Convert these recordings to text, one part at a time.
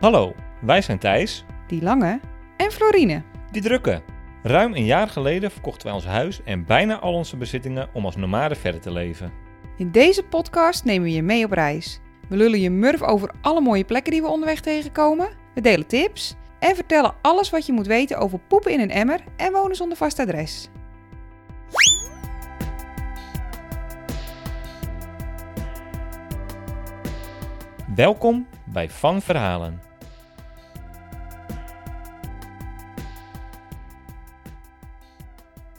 Hallo, wij zijn Thijs, Die Lange en Florine. die drukke. Ruim een jaar geleden verkochten wij ons huis en bijna al onze bezittingen om als nomaden verder te leven. In deze podcast nemen we je mee op reis. We lullen je murf over alle mooie plekken die we onderweg tegenkomen. We delen tips en vertellen alles wat je moet weten over poepen in een emmer en wonen zonder vast adres. Welkom bij Van Verhalen.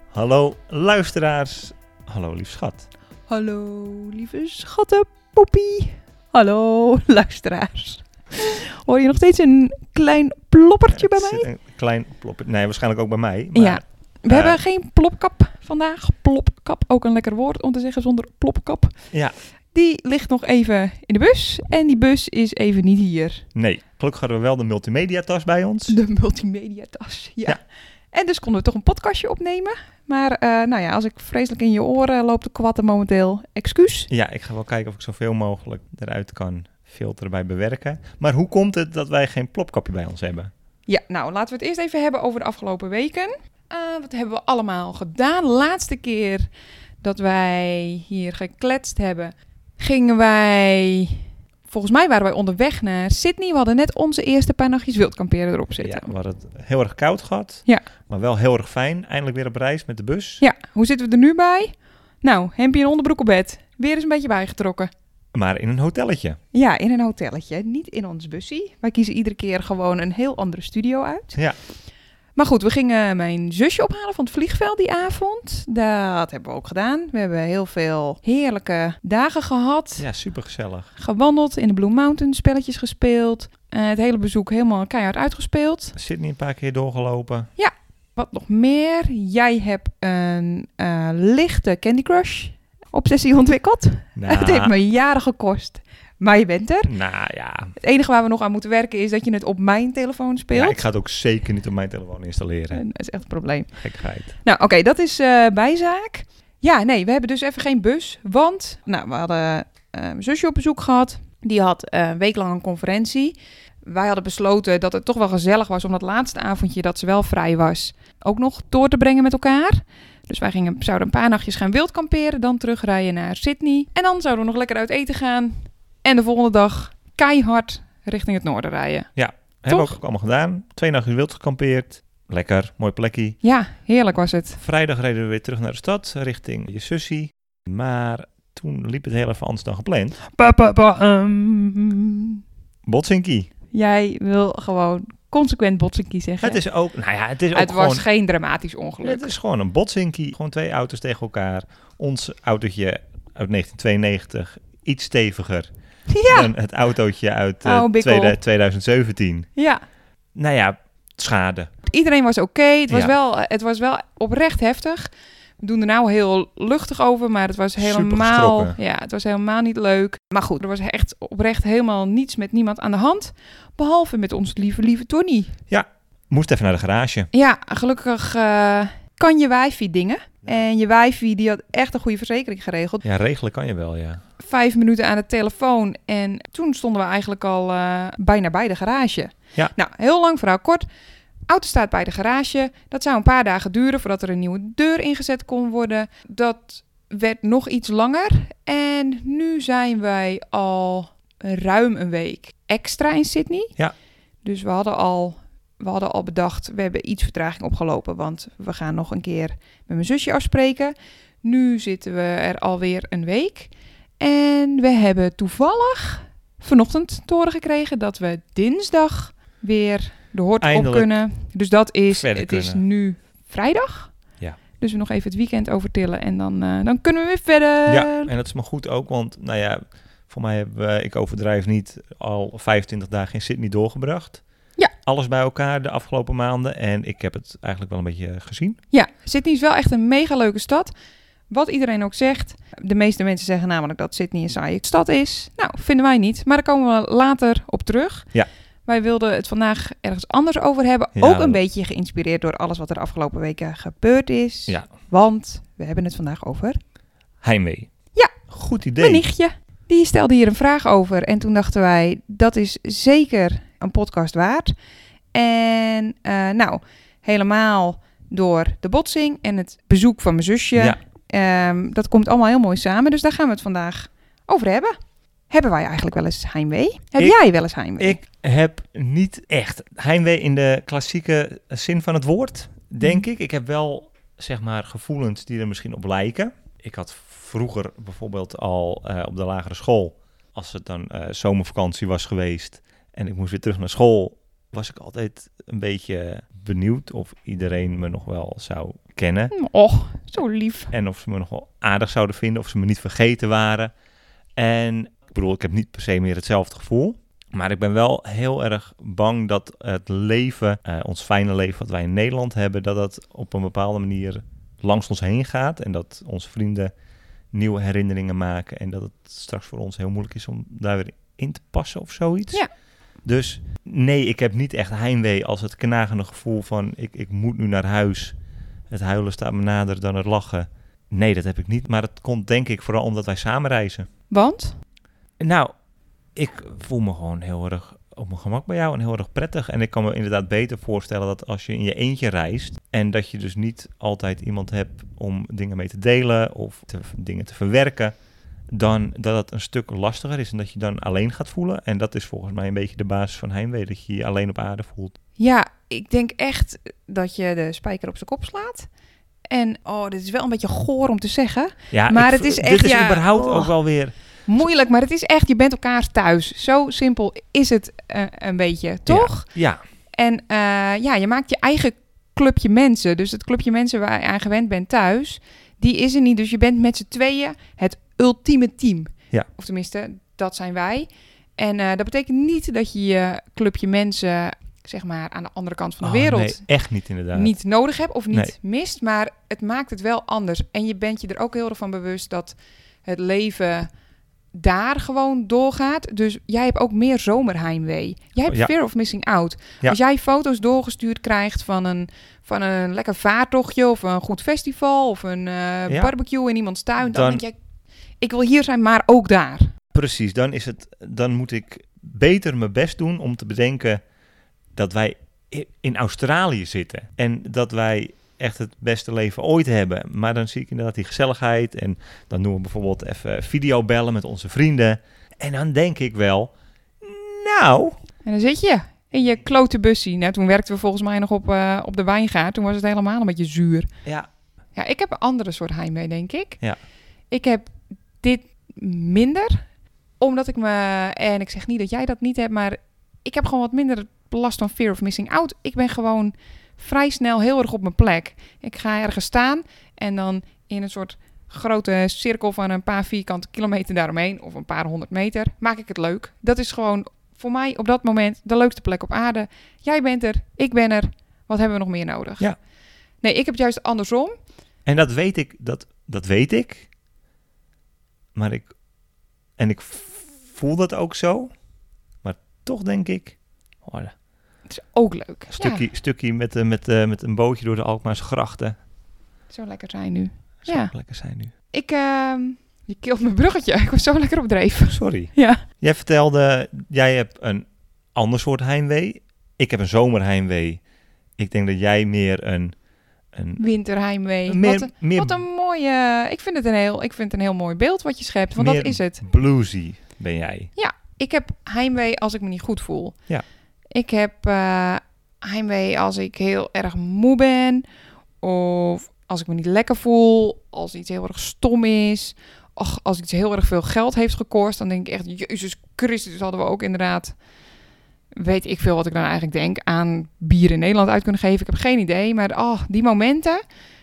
Hallo luisteraars. Hallo lief schat. Hallo, lieve schattenpoepie. Hallo, luisteraars. Hoor je nog steeds een klein ploppertje bij Het mij? zit Een klein plopje. Nee, waarschijnlijk ook bij mij. Maar Ja. We eh, hebben geen plopkap vandaag. Plopkap, ook een lekker woord om te zeggen zonder plopkap. Ja. Die ligt nog even in de bus. En die bus is even niet hier. Nee, gelukkig hadden we wel de multimedia-tas bij ons. De multimedia-tas. Ja. Ja. En dus konden we toch een podcastje opnemen. Maar eh, nou ja, als ik vreselijk in je oren loop te kwatten momenteel, excuus. Ja, ik ga wel kijken of ik zoveel mogelijk eruit kan filteren bij bewerken. Maar hoe komt het dat wij geen plopkapje bij ons hebben? Ja, nou laten we het eerst even hebben over de afgelopen weken. Eh, wat hebben we allemaal gedaan? Laatste keer dat wij hier gekletst hebben, gingen wij. Volgens mij waren wij onderweg naar Sydney. We hadden net onze eerste paar nachtjes wildkamperen erop Ja, zitten. we hadden het heel erg koud gehad. Ja. Maar wel heel erg fijn. Eindelijk weer op reis met de bus. Ja, hoe zitten we er nu bij? Nou, hemdje en onderbroek op bed. Weer eens een beetje bijgetrokken. Maar in een hotelletje. Ja, in een hotelletje. Niet in ons bussie. Wij kiezen iedere keer gewoon een heel andere studio uit. Ja. Maar goed, we gingen mijn zusje ophalen van het vliegveld die avond. Dat hebben we ook gedaan. We hebben heel veel heerlijke dagen gehad. Ja, super gezellig. Gewandeld in de Blue Mountain, spelletjes gespeeld. Eh, het hele bezoek helemaal keihard uitgespeeld. Sydney een paar keer doorgelopen. Wat nog meer? Jij hebt een eh, lichte Candy Crush obsessie ontwikkeld. Nou, Het heeft me jaren gekost. Maar je bent er. Nou ja. Het enige waar we nog aan moeten werken is dat je het op mijn telefoon Ja, speelt. ik ga het ook zeker niet op mijn telefoon installeren. En Dat is echt een probleem. Gekheid. Nou, oké, dat is eh, bijzaak. Ja, nee, we hebben dus even geen bus. Want, nou, we hadden eh, mijn zusje op bezoek gehad. Die had eh, een week lang een conferentie. Wij hadden besloten dat het toch wel gezellig was om dat laatste avondje dat ze wel vrij was, ook nog door te brengen met elkaar. Dus wij gingen, zouden een paar nachtjes gaan wildkamperen, dan terugrijden naar Sydney. En dan zouden we nog lekker uit eten gaan. En de volgende dag keihard richting het noorden rijden. Hebben we ook allemaal gedaan. Twee nachten wild gekampeerd. Lekker, mooi plekje. Ja, heerlijk was het. Vrijdag reden we weer terug naar de stad, richting je sussie. Maar toen liep het heel even anders dan gepland. Pa, pa, pa, ehm. Botsinki. Jij wil gewoon consequent botsinkie zeggen. Het is ook, nou ja, het is ook Het was gewoon... geen dramatisch ongeluk. Het is gewoon een botsinki. Gewoon twee auto's tegen elkaar. Ons autootje uit 1992 iets steviger Ja, dan het autootje uit eh, Oh, bikkel. tweede- 2017. ja. Nou ja, schade. Iedereen was oké. Het, was Ja. wel, eh, het was wel oprecht heftig. We doen er nou heel luchtig over, maar het was Super helemaal, geschrokken. ja, het was helemaal niet leuk. Maar goed, er was echt oprecht helemaal niets met niemand aan de hand. Behalve met ons lieve, lieve Tony. Moest even naar de garage. Ja, gelukkig eh, kan je wifi dingen. En je wifi die had echt een goede verzekering geregeld. Ja, regelen kan je wel, ja. vijf minuten aan de telefoon. En toen stonden we eigenlijk al eh, bijna bij de garage. Ja. Nou, heel lang verhaal kort. Auto staat bij de garage. Dat zou een paar dagen duren voordat er een nieuwe deur ingezet kon worden. Dat werd nog iets langer. En nu zijn wij al ruim een week extra in Sydney. Ja. Dus we hadden al, we hadden al bedacht, we hebben iets vertraging opgelopen. Want we gaan nog een keer met mijn zusje afspreken. Nu zitten we er alweer een week. En we hebben toevallig vanochtend te horen gekregen dat we dinsdag weer de hort Eindelijk op kunnen. Dus dat is, verder het is kunnen. nu vrijdag. Ja. Dus we nog even het weekend overtillen en dan, eh, dan kunnen we weer verder. Ja, en dat is maar goed ook, want nou ja, voor mij hebben we, ik overdrijf niet, al 25 dagen in Sydney doorgebracht. Ja. Alles bij elkaar de afgelopen maanden en ik heb het eigenlijk wel een beetje eh, gezien. Ja, Sydney is wel echt een mega leuke stad. Wat iedereen ook zegt. De meeste mensen zeggen namelijk dat Sydney een saaie stad is. Nou, vinden wij niet. Maar daar komen we later op terug. Ja. Wij wilden het vandaag ergens anders over hebben. Ja, ook een dat- beetje geïnspireerd door alles wat er de afgelopen weken gebeurd is. Ja. Want we hebben het vandaag over Heimwee. Ja. Goed mijn idee. nichtje. Die stelde hier een vraag over. En toen dachten wij, dat is zeker een podcast waard. En eh, nou, helemaal door de botsing en het bezoek van mijn zusje. Ja. Ehm, dat komt allemaal heel mooi samen. Dus daar gaan we het vandaag over hebben. Hebben wij eigenlijk wel eens heimwee? Heb Ik- jij wel eens heimwee? Ik heb niet echt heimwee in de klassieke zin van het woord, denk ik. Ik heb wel, zeg maar, gevoelens die er misschien op lijken. Ik had vroeger bijvoorbeeld al eh, op de lagere school, als het dan eh, zomervakantie was geweest en ik moest weer terug naar school, was ik altijd een beetje benieuwd of iedereen me nog wel zou kennen. Mm, Och, zo lief. En of ze me nog wel aardig zouden vinden, of ze me niet vergeten waren. En ik bedoel, ik heb niet per se meer hetzelfde gevoel. Maar ik ben wel heel erg bang dat het leven, eh, ons fijne leven wat wij in Nederland hebben, dat dat op een bepaalde manier langs ons heen gaat. En dat onze vrienden nieuwe herinneringen maken. En dat het straks voor ons heel moeilijk is om daar weer in te passen of zoiets. Ja. Dus nee, ik heb niet echt heimwee als het knagende gevoel van ik, ik moet nu naar huis. Het huilen staat me nader dan het lachen. Nee, dat heb ik niet. Maar dat komt denk ik vooral omdat wij samen reizen. Want? Nou, ik voel me gewoon heel erg op mijn gemak bij jou en heel erg prettig. En ik kan me inderdaad beter voorstellen dat als je in je eentje reist en dat je dus niet altijd iemand hebt om dingen mee te delen of te- dingen te verwerken, dan dat het een stuk lastiger is en dat je dan alleen gaat voelen. En dat is volgens mij een beetje de basis van heimwee, dat je je alleen op aarde voelt. Ja, ik denk echt dat je de spijker op zijn kop slaat. En oh, dit is wel een beetje goor om te zeggen. Ja, Maar ik het v- is echt, Dit is ja, überhaupt oh. ook wel weer... Moeilijk, maar het is echt, je bent elkaar thuis. Zo simpel is het eh, een beetje, toch? Ja, En eh, ja, je maakt je eigen clubje mensen. Dus het clubje mensen waar je aan gewend bent thuis, die is er niet. Dus je bent met z'n tweeën het ultieme team. Ja. Of tenminste, dat zijn wij. En eh, dat betekent niet dat je je clubje mensen, zeg maar, aan de andere kant van de Oh, wereld nee, echt niet inderdaad. niet nodig hebt of niet mist. Maar het maakt het wel anders. En je bent je er ook heel erg van bewust dat het leven daar gewoon doorgaat. Dus jij hebt ook meer zomerheimwee. Jij hebt Ja. fear of missing out. Ja. Als jij foto's doorgestuurd krijgt van een, van een lekker vaartochtje... of een goed festival of een eh, Ja. barbecue in iemands tuin... dan, Dan- denk jij, ik wil hier zijn, maar ook daar. Precies, dan, is het, dan moet ik beter mijn best doen om te bedenken dat wij i- in Australië zitten. En dat wij echt het beste leven ooit hebben. Maar dan zie ik inderdaad die gezelligheid. En dan doen we bijvoorbeeld even videobellen met onze vrienden. En dan denk ik wel, nou, En dan zit je in je klote bussie. Nou, toen werkten we volgens mij nog op, eh, op de wijngaard. Toen was het helemaal een beetje zuur. ja, Ja, ik heb een andere soort heimwee, denk ik. Ja. Ik heb dit minder, omdat ik me... En ik zeg niet dat jij dat niet hebt, maar ik heb gewoon wat minder last van fear of missing out. Ik ben gewoon vrij snel heel erg op mijn plek. Ik ga ergens staan en dan in een soort grote cirkel van een paar vierkante kilometer daaromheen... of een paar honderd meter, maak ik het leuk. Dat is gewoon voor mij op dat moment de leukste plek op aarde. Jij bent er, ik ben er. Wat hebben we nog meer nodig? Ja. Nee, ik heb juist andersom. En dat weet ik, dat, dat weet ik. Maar ik, en ik voel dat ook zo. Maar toch denk ik, oh, dat Het is ook leuk. stukje, stukje met, eh, met, eh, met een bootje door de Alkmaarse grachten. Ja, zo lekker zijn nu. Zou Ja. ook lekker zijn nu. Ik, ehm, je kilt mijn bruggetje. Ik was zo lekker op dreef. Sorry. Ja. Jij vertelde, jij hebt een ander soort heimwee. Ik heb een zomerheimwee. Ik denk dat jij meer een... een Winterheimwee. meer, wat, een, meer wat een mooie... Ik vind, het een heel, ik vind het een heel mooi beeld wat je schept. Want Meer- dat is het. bluesy ben jij. Ik heb heimwee als ik me niet goed voel. Ja. Ik heb eh, heimwee als ik heel erg moe ben. Of als ik me niet lekker voel. Als iets heel erg stom is. Och, als iets heel erg veel geld heeft gekost. Dan denk ik echt, Jezus Christus, hadden we ook inderdaad... Weet ik veel wat ik dan eigenlijk denk aan bier in Nederland uit kunnen geven. Ik heb geen idee. Maar ah, die momenten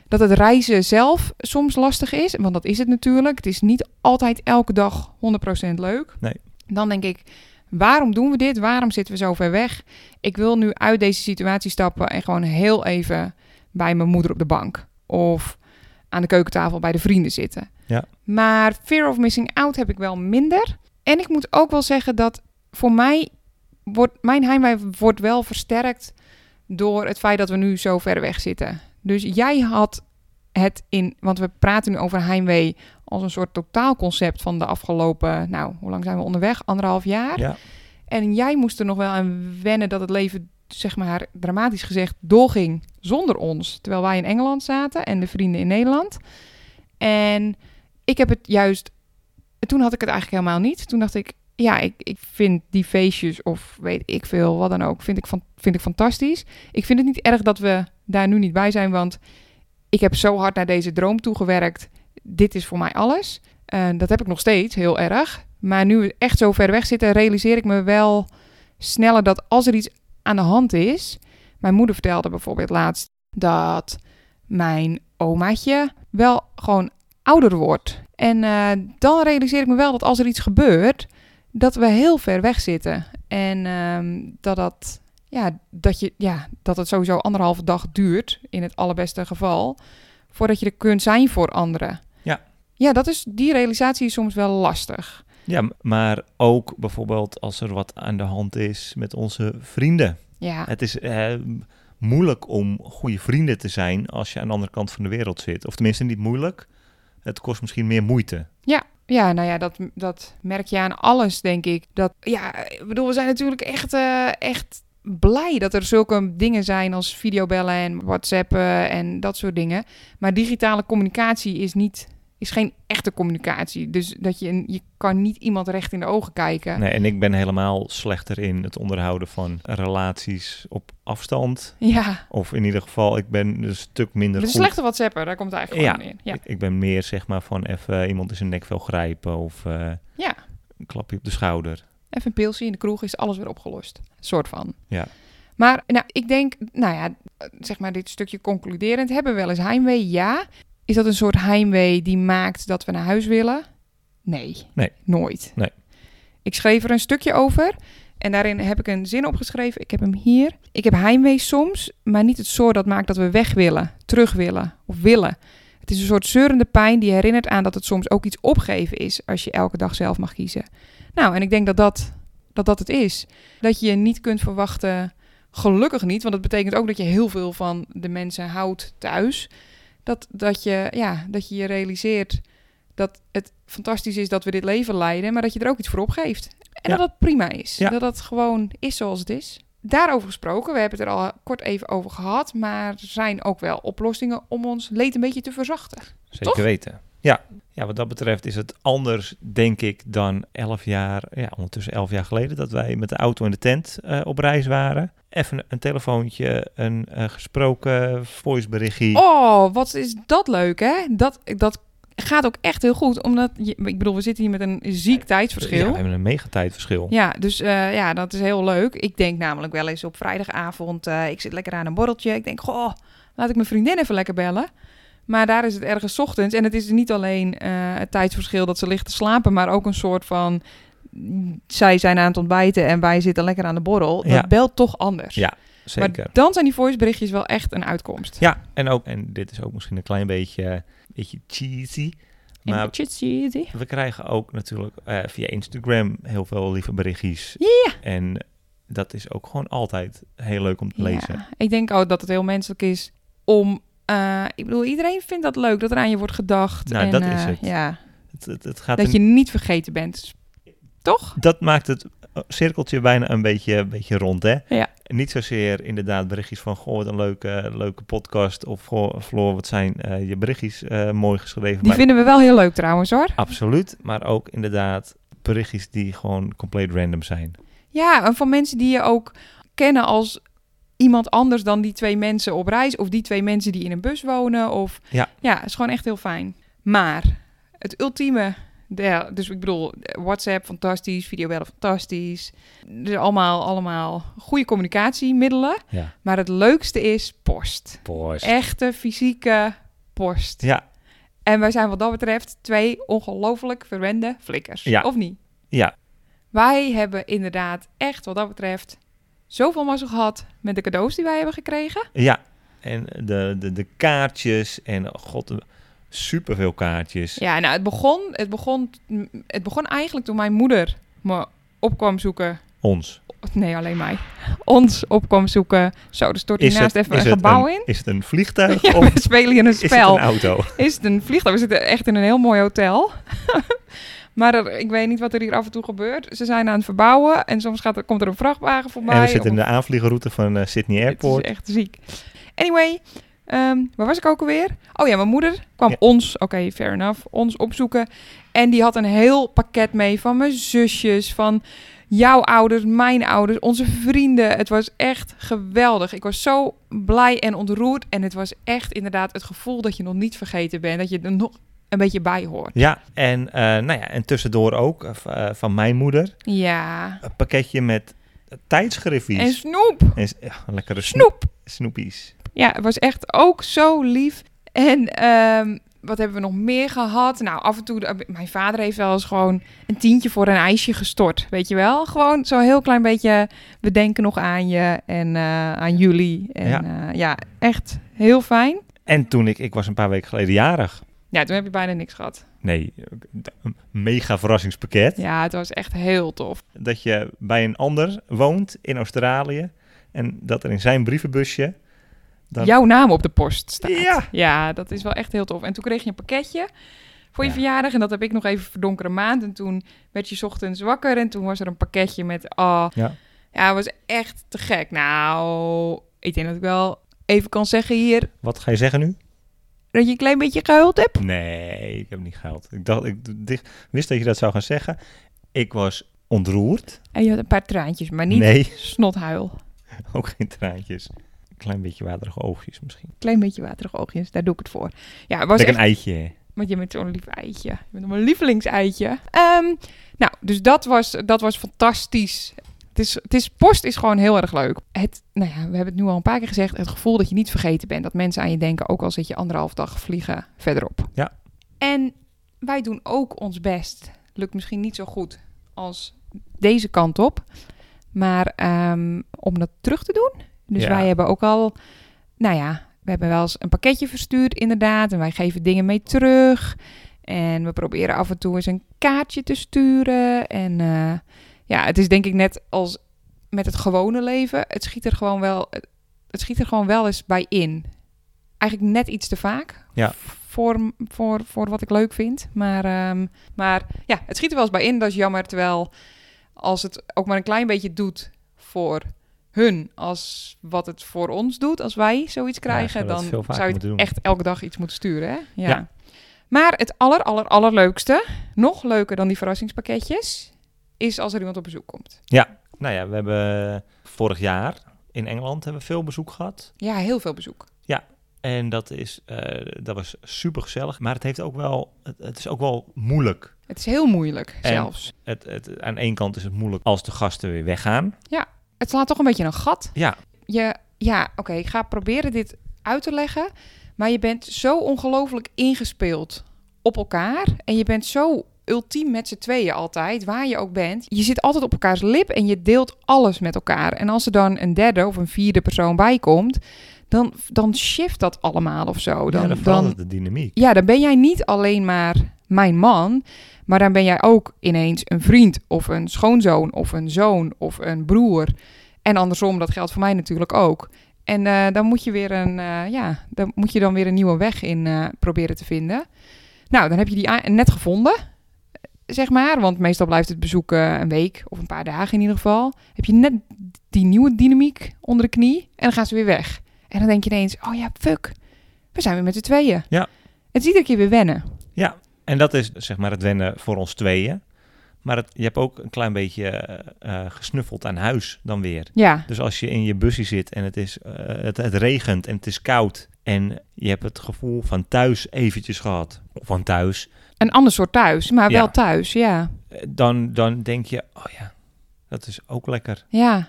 dat het reizen zelf soms lastig is. Want dat is het natuurlijk. Het is niet altijd elke dag 100% leuk. Nee. Dan denk ik, waarom doen we dit? Waarom zitten we zo ver weg? Ik wil nu uit deze situatie stappen en gewoon heel even bij mijn moeder op de bank. Of aan de keukentafel bij de vrienden zitten. Ja. Maar fear of missing out heb ik wel minder. En ik moet ook wel zeggen dat voor mij wordt mijn heimwee wordt wel versterkt door het feit dat we nu zo ver weg zitten. Dus jij had het in, want we praten nu over heimwee als een soort totaalconcept van de afgelopen, nou, hoe lang zijn we onderweg? Anderhalf jaar. Ja. En jij moest er nog wel aan wennen dat het leven, zeg maar dramatisch gezegd, doorging zonder ons. Terwijl wij in Engeland zaten en de vrienden in Nederland. En ik heb het juist. Toen had ik het eigenlijk helemaal niet. Toen dacht ik, ja, ik, ik vind die feestjes of weet ik veel, wat dan ook, vind ik, van, vind ik fantastisch. Ik vind het niet erg dat we daar nu niet bij zijn, want ik heb zo hard naar deze droom toegewerkt. Dit is voor mij alles. En dat heb ik nog steeds heel erg. Maar nu we echt zo ver weg zitten, realiseer ik me wel sneller dat als er iets aan de hand is. Mijn moeder vertelde bijvoorbeeld laatst dat mijn omaatje wel gewoon ouder wordt. En eh, dan realiseer ik me wel dat als er iets gebeurt, dat we heel ver weg zitten. En ehm, dat, dat, ja, dat, je, ja, dat het sowieso anderhalve dag duurt, in het allerbeste geval, voordat je er kunt zijn voor anderen. Ja. Ja, dat is, die realisatie is soms wel lastig. Ja, m- maar ook bijvoorbeeld als er wat aan de hand is met onze vrienden. Ja, Het is eh, moeilijk om goede vrienden te zijn als je aan de andere kant van de wereld zit. Of tenminste niet moeilijk. Het kost misschien meer moeite. ja nou ja, dat, dat merk je aan alles, denk ik. Dat, ja, ik bedoel, we zijn natuurlijk echt, eh, echt blij dat er zulke dingen zijn als videobellen en whatsappen en dat soort dingen. Maar digitale communicatie is, niet, is geen echte communicatie. Dus dat je, je kan niet iemand recht in de ogen kijken. Nee, en ik ben helemaal slechter in het onderhouden van relaties op afstand. Ja, Of in ieder geval, ik ben een stuk minder dat is een goed. slechte whatsapper, daar komt het eigenlijk Ja. gewoon in. Dus Ja. Ik, ik ben meer zeg maar van even iemand in zijn nek wil grijpen of eh, Ja. een klapje op de schouder. Even een pilsje in de kroeg is alles weer opgelost. Soort van. Ja. Maar nou, ik denk, nou ja, zeg maar dit stukje concluderend. Hebben we wel eens heimwee? Ja. Is dat een soort heimwee die maakt dat we naar huis willen? Nee. Nee. Nooit. Nee. Ik schreef er een stukje over en daarin heb ik een zin opgeschreven. Ik heb hem hier. Ik heb heimwee soms, maar niet het soort dat maakt dat we weg willen, terug willen of willen. Het is een soort zeurende pijn die herinnert aan dat het soms ook iets opgeven is als je elke dag zelf mag kiezen. Nou, en ik denk dat dat, dat, dat het is. Dat je niet kunt verwachten, gelukkig niet, want dat betekent ook dat je heel veel van de mensen houdt thuis. Dat, dat, je, ja, dat je je realiseert dat het fantastisch is dat we dit leven leiden, maar dat je er ook iets voor opgeeft. En Ja. dat dat prima is. Ja. Dat dat gewoon is zoals het is. Daarover gesproken, we hebben het er al kort even over gehad, maar er zijn ook wel oplossingen om ons leed een beetje te verzachten. Zeker Toch? weten. Ja. ja, wat dat betreft is het anders, denk ik, dan elf jaar, ja, ondertussen elf jaar geleden, dat wij met de auto in de tent eh, op reis waren. Even een telefoontje, een eh, gesproken voiceberichtje. Oh, wat is dat leuk, hè? Dat, dat gaat ook echt heel goed, omdat, je, ik bedoel, we zitten hier met een ziek Ja, we tijdsverschil. hebben een megatijdverschil. Ja, dus eh, ja, dat is heel leuk. Ik denk namelijk wel eens op vrijdagavond, eh, ik zit lekker aan een borreltje. Ik denk, goh, laat ik mijn vriendin even lekker bellen. Maar daar is het ergens 's ochtends. En het is niet alleen eh, het tijdsverschil dat ze ligt te slapen, maar ook een soort van, mm, zij zijn aan het ontbijten en wij zitten lekker aan de borrel. Dat Ja. belt toch anders. Ja, Zeker. Maar dan zijn die voiceberichtjes wel echt een uitkomst. Ja, en ook, en dit is ook misschien een klein beetje, eh, beetje cheesy. En Maar chitsie, chitsie. we krijgen ook natuurlijk eh, via Instagram heel veel lieve berichtjes. Ja. En dat is ook gewoon altijd heel leuk om te lezen. Ja, ik denk ook dat het heel menselijk is om. eh, ik bedoel, iedereen vindt dat leuk dat er aan je wordt gedacht. Nou, en, dat eh, is het. Ja, Het, het, het gaat dat dat, je niet vergeten bent. Toch? dat maakt het eh, cirkeltje bijna een beetje, een beetje rond, hè? Ja. En Niet zozeer inderdaad berichtjes van, goh, wat een leuke, leuke podcast. Of, goh, Floor, wat zijn eh, je berichtjes eh, mooi geschreven. Die Maar, vinden we wel heel leuk trouwens hoor. Absoluut, maar ook inderdaad berichtjes die gewoon compleet random zijn. Ja, en van mensen die je ook kennen als iemand anders dan die twee mensen op reis. Of die twee mensen die in een bus wonen. Of... Ja. ja, is gewoon echt heel fijn. Maar het ultieme. Ja, dus ik bedoel, WhatsApp fantastisch, videobellen fantastisch. Dus allemaal, allemaal goede communicatiemiddelen. Ja. Maar het leukste is post. Echte fysieke post. Ja, En wij zijn wat dat betreft twee ongelooflijk verwende flikkers. Ja. Of niet? ja, Wij hebben inderdaad echt wat dat betreft zoveel mazzel gehad met de cadeaus die wij hebben gekregen. Ja, en de, de, de kaartjes en oh god, superveel kaartjes. Ja, nou, het begon, het begon, het begon eigenlijk toen mijn moeder me opkwam zoeken. Ons. Nee, alleen mij. Ons opkwam zoeken. Zo, er stort hiernaast even een het gebouw een- in. Is het een vliegtuig Ja, of we spelen hier een is het een spel. auto? Is het een vliegtuig? We zitten echt in een heel mooi hotel. Maar er- ik weet niet wat er hier af en toe gebeurt. Ze zijn aan het verbouwen en soms gaat er, komt er een vrachtwagen voorbij. En we zitten in of- de aanvliegeroute van eh, Sydney Airport. Het is echt ziek. Anyway, ehm, waar was ik ook alweer? Oh ja, mijn moeder kwam Ja. ons, oké, fair enough, ons opzoeken. En die had een heel pakket mee van mijn zusjes, van jouw ouders, mijn ouders, onze vrienden. Het was echt geweldig. Ik was zo blij en ontroerd. En het was echt inderdaad het gevoel dat je nog niet vergeten bent, dat je er nog een beetje bij hoort. Ja, en, eh, nou ja, en tussendoor ook eh, v- eh, van mijn moeder. Ja. Een pakketje met tijdschriffies. En snoep. En s- ja, lekkere snoep. Snoep. snoepies. Ja, het was echt ook zo lief. En ehm, wat hebben we nog meer gehad? Nou, af en toe, eh, mijn vader heeft wel eens gewoon een tientje voor een ijsje gestort. Weet je wel? Gewoon zo'n heel klein beetje, we denken nog aan je en eh, aan jullie. En Ja. ja. ja, echt heel fijn. En toen ik, ik was een paar weken geleden jarig. Ja, toen heb je bijna niks gehad. Nee, een mega verrassingspakket. Ja, het was echt heel tof. Dat je bij een ander woont in Australië. En dat er in zijn brievenbusje. Dan- Jouw naam op de post staat. Ja. ja, dat is wel echt heel tof. En toen kreeg je een pakketje voor je Ja. verjaardag. En dat heb ik nog even verdonkere maand. En toen werd je 's ochtends wakker. En toen was er een pakketje met... ah, Ja. Ja, het was echt te gek. Nou, ik denk dat ik wel even kan zeggen hier Wat ga je zeggen nu? dat je een klein beetje gehuild hebt. Nee, ik heb niet gehaald. Ik, dacht, ik dicht- wist dat je dat zou gaan zeggen. Ik was ontroerd. En je had een paar traantjes, maar niet Nee, snothuil. ook geen traantjes. Een klein beetje waterige oogjes misschien. Klein beetje waterige oogjes, daar doe ik het voor. Ja, het was Kijk, echt... een eitje. hè? Want je bent zo'n lief eitje. Je bent mijn lievelingseitje. Ehm nou, dus dat was, dat was fantastisch. Het is, het is, post is gewoon heel erg leuk. Het, nou ja, we hebben het nu al een paar keer gezegd. Het gevoel dat je niet vergeten bent. Dat mensen aan je denken, ook al zit je anderhalf dag vliegen verderop. Ja. En wij doen ook ons best. Lukt misschien niet zo goed als deze kant op. Maar ehm, om dat terug te doen. Dus Ja. wij hebben ook al, nou ja, we hebben wel eens een pakketje verstuurd inderdaad. En wij geven dingen mee terug. En we proberen af en toe eens een kaartje te sturen. En eh, ja, het is denk ik net als met het gewone leven. Het schiet er gewoon wel, het, het schiet er gewoon wel eens bij in. Eigenlijk net iets te vaak. Ja. Voor, voor, voor wat ik leuk vind. Maar, ehm, maar ja, het schiet er wel eens bij in. Dat is jammer. Terwijl als het ook maar een klein beetje doet voor hun als wat het voor ons doet, als wij zoiets krijgen, zou dat dan veel vaker zou je het moeten doen. echt elke dag iets moeten sturen. Hè? Ja. Ja. Maar het aller, aller, allerleukste, nog leuker dan die verrassingspakketjes, is als er iemand op bezoek komt. Nou ja, we hebben vorig jaar in Engeland hebben we veel bezoek gehad. Ja, heel veel bezoek. En dat, is, eh, dat was super gezellig. Maar het, heeft ook wel, het, het is ook wel moeilijk. Het is heel moeilijk En- zelfs. Het, het, aan één kant is het moeilijk als de gasten weer weggaan. Het slaat toch een beetje een gat Ja, je, ja, oké, ik ga proberen dit uit te leggen. Maar je bent zo ongelooflijk ingespeeld op elkaar. En je bent zo ultiem met z'n tweeën altijd, waar je ook bent. Je zit altijd op elkaars lip en je deelt alles met elkaar. En als er dan een derde of een vierde persoon bij komt, dan, dan shift dat allemaal of zo. dan, ja, Dan, dan dan, verandert de dynamiek. ja, dan ben jij niet alleen maar mijn man, maar dan ben jij ook ineens een vriend of een schoonzoon of een zoon of een broer. En andersom, dat geldt voor mij natuurlijk ook. En eh, dan moet je weer een, eh, ja, dan moet je dan weer een nieuwe weg in eh, proberen te vinden. Nou, dan heb je die a- net gevonden, zeg maar, want meestal blijft het bezoek eh, een week of een paar dagen in ieder geval. Heb je net die nieuwe dynamiek onder de knie en dan gaan ze weer weg. En dan denk je ineens, oh ja, fuck, we zijn weer met z'n tweeën. Het is iedere keer weer wennen. En dat is zeg maar het wennen voor ons tweeën. Maar het, je hebt ook een klein beetje eh, eh, gesnuffeld aan huis dan weer. Ja, Dus als je in je busje zit en het, is, eh, het, het regent en het is koud en je hebt het gevoel van thuis eventjes gehad, of van thuis, een ander soort thuis, maar wel Ja. thuis, ja. eh, dan, dan denk je, oh ja, dat is ook lekker. Ja.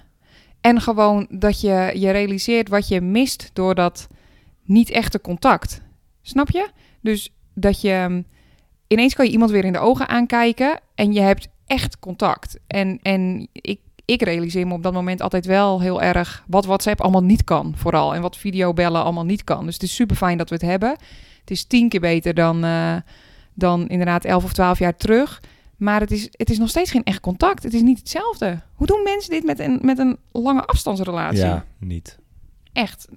En gewoon dat je je realiseert wat je mist door dat niet echte contact. Snap je? Dus dat je mm, ineens kan je iemand weer in de ogen aankijken en je hebt echt contact. En, en ik, ik realiseer me op dat moment altijd wel heel erg wat WhatsApp allemaal niet kan, vooral. En wat videobellen allemaal niet kan. Dus het is super fijn dat we het hebben. Het is tien keer beter dan, eh, dan inderdaad elf of twaalf jaar terug. Maar het is, het is nog steeds geen echt contact. Het is niet hetzelfde. Hoe doen mensen dit met een, met een lange afstandsrelatie? Ja, niet. Echt.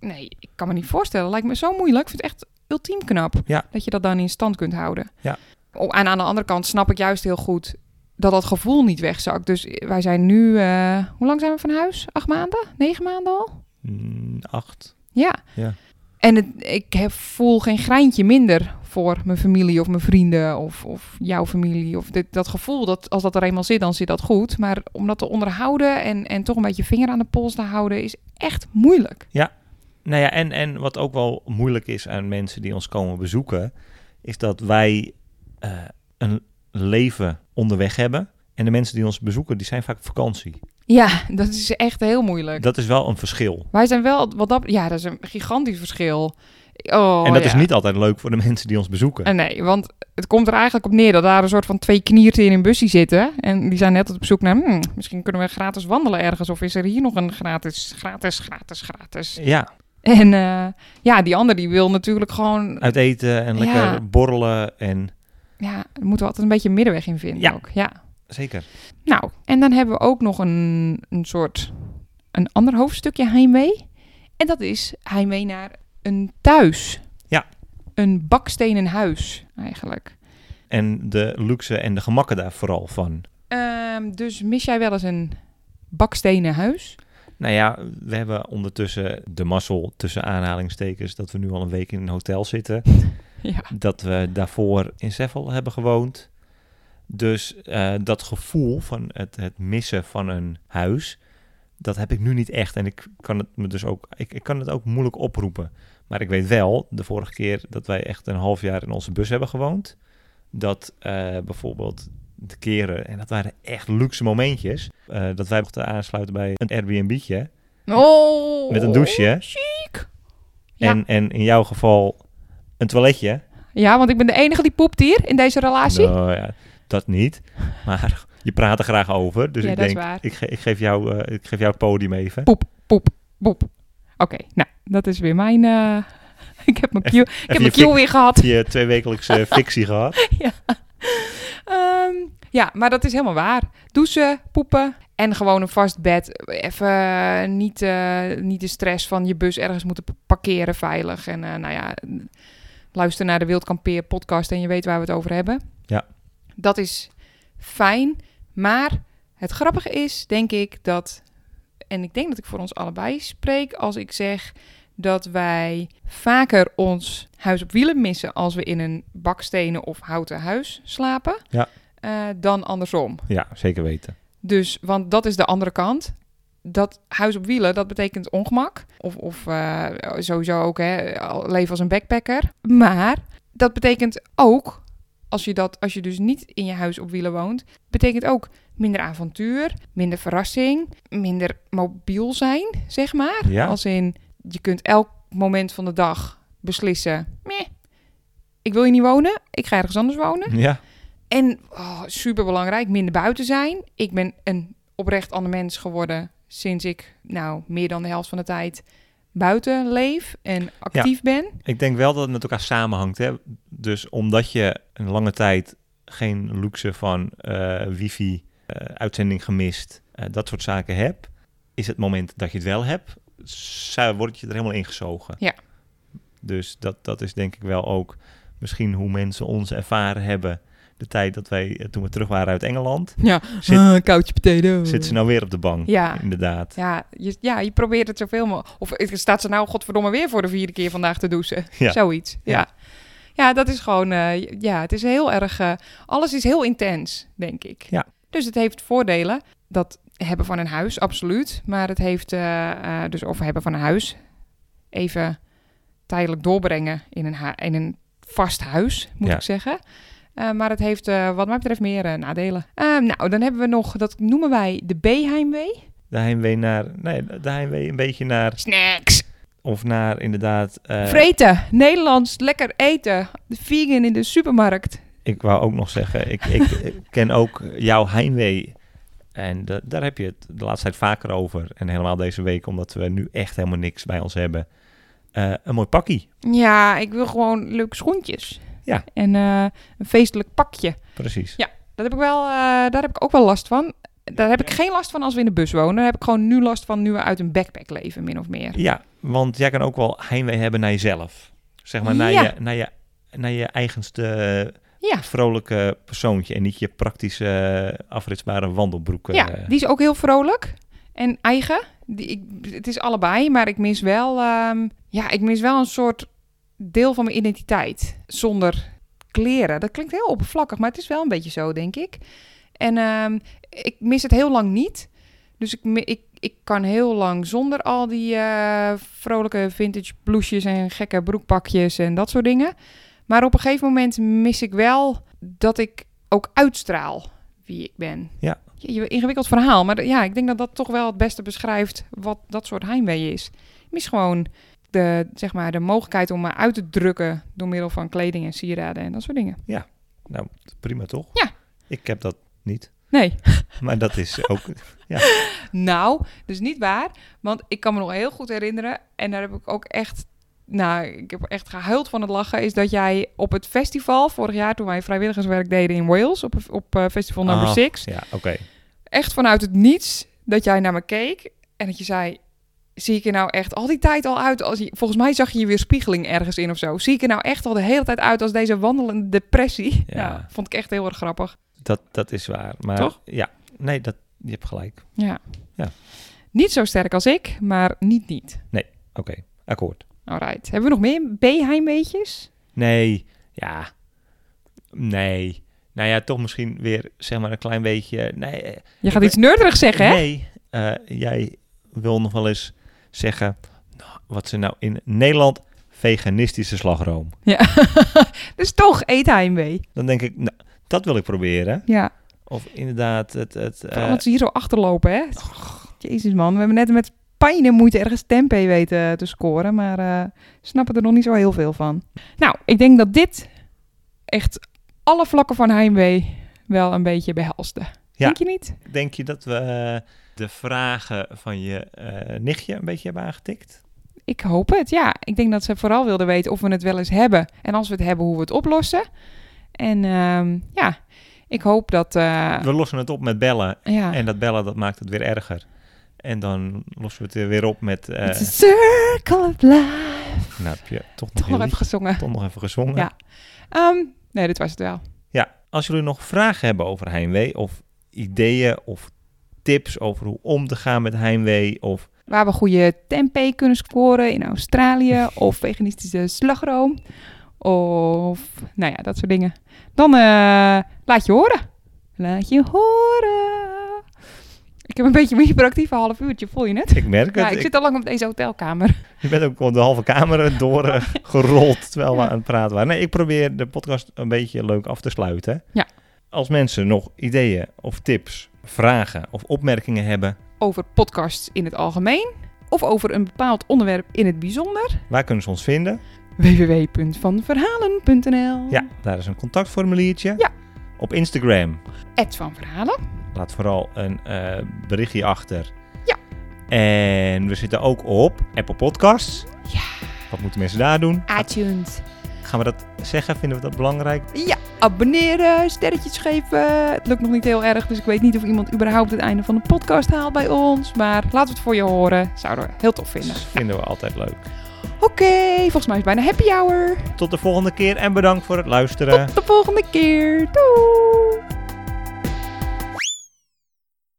Nee, ik kan me niet voorstellen. Lijkt me zo moeilijk. Ik vind het echt ultiem knap Ja. dat je dat dan in stand kunt houden. Ja. O- En aan de andere kant snap ik juist heel goed dat dat gevoel niet wegzakt. Dus wij zijn nu, eh, hoe lang zijn we van huis? Acht maanden? Negen maanden al? Mm, acht. Ja. Ja. En het, ik heb, voel geen greintje minder voor mijn familie of mijn vrienden of, of jouw familie. Of dit, dat gevoel dat als dat er eenmaal zit, dan zit dat goed. Maar om dat te onderhouden en, en toch een beetje vinger aan de pols te houden is echt moeilijk. Nou ja, en, en wat ook wel moeilijk is aan mensen die ons komen bezoeken, is dat wij eh, een leven onderweg hebben. En de mensen die ons bezoeken, die zijn vaak op vakantie. Ja, dat is echt heel moeilijk. Dat is wel een verschil. Wij zijn wel, wat dat, ja, dat is een gigantisch verschil. Oh, en dat ja. is niet altijd leuk voor de mensen die ons bezoeken. Eh, Nee, want het komt er eigenlijk op neer dat daar een soort van twee knierten in een busje zitten. En die zijn net op zoek naar, hmm, misschien kunnen we gratis wandelen ergens. Of is er hier nog een gratis, gratis, gratis, gratis. Ja, En eh, ja, die ander die wil natuurlijk gewoon, uit eten en lekker Ja. borrelen en ja, daar moeten we altijd een beetje een middenweg in vinden Ja. ook. Ja. zeker. Nou, en dan hebben we ook nog een, een soort, een ander hoofdstukje heimwee. En dat is heimwee naar een thuis. Ja. Een bakstenen huis eigenlijk. En de luxe en de gemakken daar vooral van. Ehm, dus mis jij wel eens een bakstenen huis? Nou ja, we hebben ondertussen de mazzel tussen aanhalingstekens dat we nu al een week in een hotel zitten. Ja. Dat we daarvoor in Seffel hebben gewoond. Dus eh, dat gevoel van het, het missen van een huis, dat heb ik nu niet echt. En ik kan het me dus ook, ik, ik kan het ook moeilijk oproepen. Maar ik weet wel, de vorige keer dat wij echt een half jaar in onze bus hebben gewoond, dat eh, bijvoorbeeld de keren, en dat waren echt luxe momentjes, eh, dat wij mochten aansluiten bij een Airbnb'tje Oh. met een douche. Chic. Ja. En, en in jouw geval een toiletje. Ja, want ik ben de enige die poept hier in deze relatie. Nou ja, dat niet. Maar je praat er graag over. Dus Ja, ik dat is denk, waar. Ik, ge- ik, geef jou, eh, ik geef jou het podium even. Poep, poep. Oké, nou, dat is weer mijn... eh, ik heb mijn cue, ik heb je mijn cue fik- weer gehad. Je twee wekelijkse fictie gehad. Ehm, ja, maar dat is helemaal waar. Douchen, poepen en gewoon een vast bed. Even niet, eh, niet de stress van je bus ergens moeten parkeren veilig. En eh, nou ja, luister naar de Wildkampeer podcast en je weet waar we het over hebben. Ja. Dat is fijn, maar het grappige is, denk ik, dat... En ik denk dat ik voor ons allebei spreek als ik zeg dat wij vaker ons huis op wielen missen als we in een bakstenen of houten huis slapen, Ja. eh, dan andersom. Ja, zeker weten. Dus, want dat is de andere kant. Dat huis op wielen, dat betekent ongemak. Of, of eh, sowieso ook hè, al- leven als een backpacker. Maar dat betekent ook, als je, dat, als je dus niet in je huis op wielen woont, betekent ook minder avontuur, minder verrassing, minder mobiel zijn, zeg maar. Ja. Als in, je kunt elk moment van de dag beslissen, meh, ik wil hier niet wonen, ik ga ergens anders wonen. Ja, En oh, super belangrijk, minder buiten zijn. Ik ben een oprecht ander mens geworden sinds ik nou meer dan de helft van de tijd buiten leef en actief ben. ik denk wel dat het met elkaar samenhangt. Hè? Dus omdat je een lange tijd geen luxe van eh, wifi, eh, uitzending gemist, eh, dat soort zaken hebt, is het moment dat je het wel hebt, zou- word je er helemaal ingezogen. Ja. Dus dat, dat is denk ik wel ook misschien hoe mensen ons ervaren hebben. De tijd dat wij, eh, toen we terug waren uit Engeland, Ja, Zit- Ah, koudje potato. zitten ze nou weer op de bank. Mm. Ja. Inderdaad. Ja je, ja, je probeert het zoveel mogelijk. Of eh, staat ze nou godverdomme weer voor de vierde keer vandaag te douchen? Ja. Zoiets, ja. ja. Ja. dat is gewoon... eh, ja, het is heel erg... eh, alles is heel intens, denk ik. Ja. Dus het heeft voordelen. Dat hebben van een huis, absoluut. Maar het heeft... eh, eh, dus of hebben van een huis. Even tijdelijk doorbrengen in een, hu- in een vast huis, moet Ja. ik zeggen. Eh, maar het heeft eh, wat mij betreft meer eh, nadelen. Eh, nou, dan hebben we nog... Dat noemen wij de B-heimwee. De heimwee naar, nee, de heimwee een beetje naar, Snacks! of naar inderdaad... eh, Vreten, Nederlands, lekker eten. De vegan in de supermarkt. Ik wou ook nog zeggen, ik, ik, ik ken ook jouw heimwee. En da- daar heb je het de laatste tijd vaker over. En helemaal deze week, omdat we nu echt helemaal niks bij ons hebben. Eh, een mooi pakkie, Ja, ik wil gewoon leuke schoentjes. Ja. En eh, een feestelijk pakje. precies. Dat heb ik wel, eh, daar heb ik ook wel last van. Daar heb ik geen last van als we in de bus wonen. Daar heb ik gewoon nu last van nu we uit een backpack leven, min of meer. Ja, want jij kan ook wel heimwee hebben naar jezelf. Zeg maar naar, Ja. je, naar, je, naar je eigenste eh, Ja. vrolijke persoontje en niet je praktische eh, afritsbare wandelbroek. eh. Ja, die is ook heel vrolijk en eigen. Die, ik, het is allebei, maar ik mis wel, ehm, ja, ik mis wel een soort deel van mijn identiteit zonder kleren. Dat klinkt heel oppervlakkig, maar het is wel een beetje zo, denk ik. En ehm, ik mis het heel lang niet. Dus ik, mi- ik, ik kan heel lang zonder al die eh, vrolijke vintage blousejes en gekke broekpakjes en dat soort dingen. Maar op een gegeven moment mis ik wel dat ik ook uitstraal wie ik ben. Ja. Je- je- ingewikkeld verhaal, maar d- ja, ik denk dat dat toch wel het beste beschrijft wat dat soort heimwee is. Ik mis gewoon de, zeg maar, de mogelijkheid om me uit te drukken door middel van kleding en sieraden en dat soort dingen. Prima toch? Ja. Ik heb dat niet. Nee. Maar dat is ook. Nou, dus niet waar. Want ik kan me nog heel goed herinneren. En daar heb ik ook echt. Nou, ik heb echt gehuild van het lachen. Is dat jij op het festival vorig jaar, toen wij vrijwilligerswerk deden in Wales, op, op eh, festival number Ah, 6, Ja, oké. echt vanuit het niets dat jij naar me keek. En dat je zei: Zie ik er nou echt al die tijd al uit? Als je, volgens mij zag je je weer spiegeling ergens in of zo. Zie ik er nou echt al de hele tijd uit als deze wandelende depressie? Ja. Nou, vond ik echt heel erg grappig. Dat, dat is waar. Maar Toch? ja, nee, dat, je hebt gelijk. Ja. Ja. Niet zo sterk als ik, maar niet niet. Oké, akkoord. Alright. Hebben we nog meer B-heimweetjes? Nee, ja. Nee. Nou ja, toch misschien weer zeg maar een klein beetje. Nee, eh, Je gaat ben- iets neurderigs zeggen, hè? nee. eh, jij wil nog wel eens zeggen nou, wat ze nou in Nederland veganistische slagroom. Ja. dus toch, eet heimwee. Dan denk ik, nou, dat wil ik proberen. Ja. Of inderdaad, het. het eh, Vooral dat ze hier zo achterlopen, hè? Jezus, man. We hebben net met pijn en moeite ergens tempeh weten te scoren. Maar eh snappen er nog niet zo heel veel van. Nou, ik denk dat dit echt alle vlakken van heimwee wel een beetje behelste. Denk je niet? Denk je dat we eh, de vragen van je eh, nichtje een beetje hebben aangetikt? Ik hoop het, ja. Ik denk dat ze vooral wilden weten of we het wel eens hebben. En als we het hebben, hoe we het oplossen. En ehm, ja, ik hoop dat... eh, We lossen het op met bellen. ja. En dat bellen, dat maakt het weer erger. En dan lossen we het er weer op met... eh, It's a circle of life. nou, heb je toch nog, Toch nog heel even lief- gezongen. toch nog even gezongen. Ja. Ehm, nee, dit was het wel. Ja, als jullie nog vragen hebben over heimwee... of ideeën of tips over hoe om te gaan met heimwee... of Waar we goede tempeh kunnen scoren in Australië. of veganistische slagroom. Of, nou ja, dat soort dingen. Dan eh, laat je horen. Laat je horen. Ik heb een beetje een hyperactief half uurtje, voel je het? ik merk Ja, het, ik ik- zit al lang op deze hotelkamer. je bent ook op de halve kamer door eh, gerold... terwijl we aan het praten waren. Nee, ik probeer de podcast een beetje leuk af te sluiten. Ja. Als mensen nog ideeën of tips, vragen of opmerkingen hebben... Over podcasts in het algemeen. Of over een bepaald onderwerp in het bijzonder. waar kunnen ze ons vinden? www.vanverhalen.nl Ja, daar is een contactformuliertje. Ja. Op Instagram. Ed van Verhalen. Laat vooral een eh, berichtje achter. Ja. En we zitten ook op Apple Podcasts. Ja. Wat moeten mensen daar doen? iTunes. Gaan we dat zeggen? Vinden we dat belangrijk? Ja, abonneren, sterretjes geven. Het lukt nog niet heel erg, dus ik weet niet of iemand überhaupt het einde van de podcast haalt bij ons. Maar laten we het voor je horen. Zouden we heel tof vinden. Dat vinden we altijd leuk. Oké, volgens mij is het bijna happy hour. Tot de volgende keer en bedankt voor het luisteren. Tot de volgende keer. Doei!